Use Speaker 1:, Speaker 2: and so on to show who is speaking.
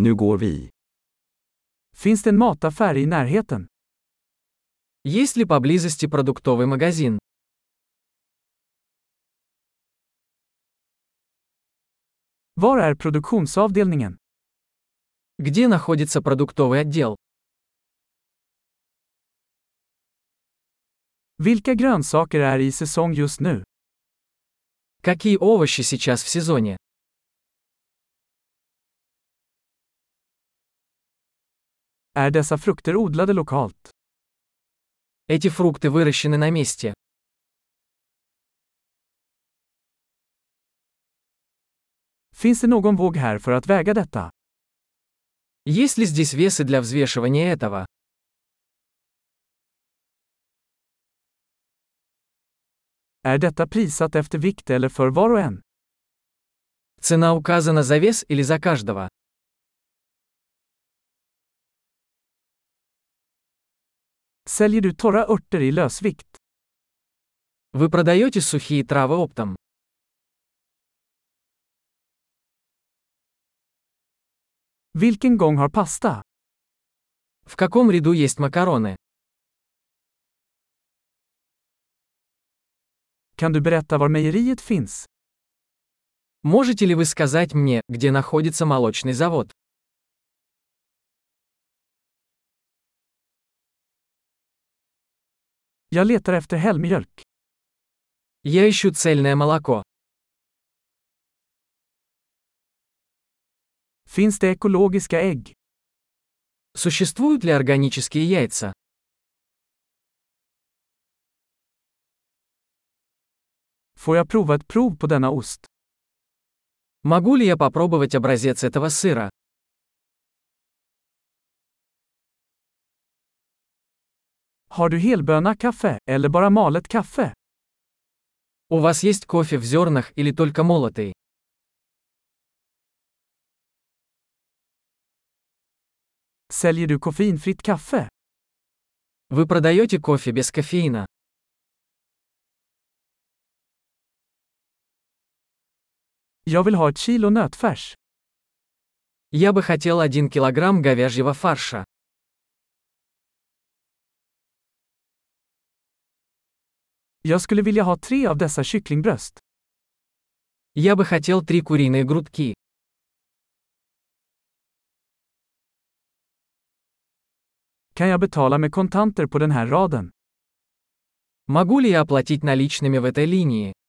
Speaker 1: Nu går vi.
Speaker 2: Finns det en mataffär i närheten?
Speaker 3: Есть ли поблизости продуктовый магазин?
Speaker 2: Var är produktionsavdelningen?
Speaker 3: Где находится продуктовый отдел?
Speaker 2: Vilka grönsaker är i säsong just nu?
Speaker 3: Какие овощи сейчас в сезоне?
Speaker 2: Är dessa frukter odlade lokalt?
Speaker 3: Эти фрукты выращены на месте.
Speaker 2: Finns det någon våg här för att väga detta?
Speaker 3: Есть ли здесь весы для взвешивания этого?
Speaker 2: Är detta prissatt efter vikt eller för var och en?
Speaker 3: Цена указана за вес или за каждого?
Speaker 2: Säljer du torra örter i lösvikt?
Speaker 3: Вы продаете сухие травы оптом?
Speaker 2: Vilken gång har pasta?
Speaker 3: В каком ряду есть макароны?
Speaker 2: Kan du berätta var mejeriet finns?
Speaker 3: Можете ли вы сказать мне, где находится молочный завод?
Speaker 2: Jag letar efter helmjölk.
Speaker 3: Я ищу цельное молоко.
Speaker 2: Finns det ekologiska ägg?
Speaker 3: Существуют ли органические яйца?
Speaker 2: Får jag prova ett prov på denna ost?
Speaker 3: Могу ли я попробовать образец этого сыра?
Speaker 2: Har du helböna kaffe, eller bara malet kaffe?
Speaker 3: У вас есть кофе в зернах или только молотый?
Speaker 2: Säljer du koffeinfritt kaffe?
Speaker 3: Вы продаете кофе без кофеина?
Speaker 2: Jag vill ha ett kilo nötfärs.
Speaker 3: Я бы хотел 1 килограмм говяжьего фарша.
Speaker 2: Jag skulle vilja ha tre av dessa kycklingbröst.
Speaker 3: Я бы хотел 3 куриные грудки.
Speaker 2: Kan jag betala med kontanter på den här raden?
Speaker 3: Могу ли я оплатить наличными в этой линии?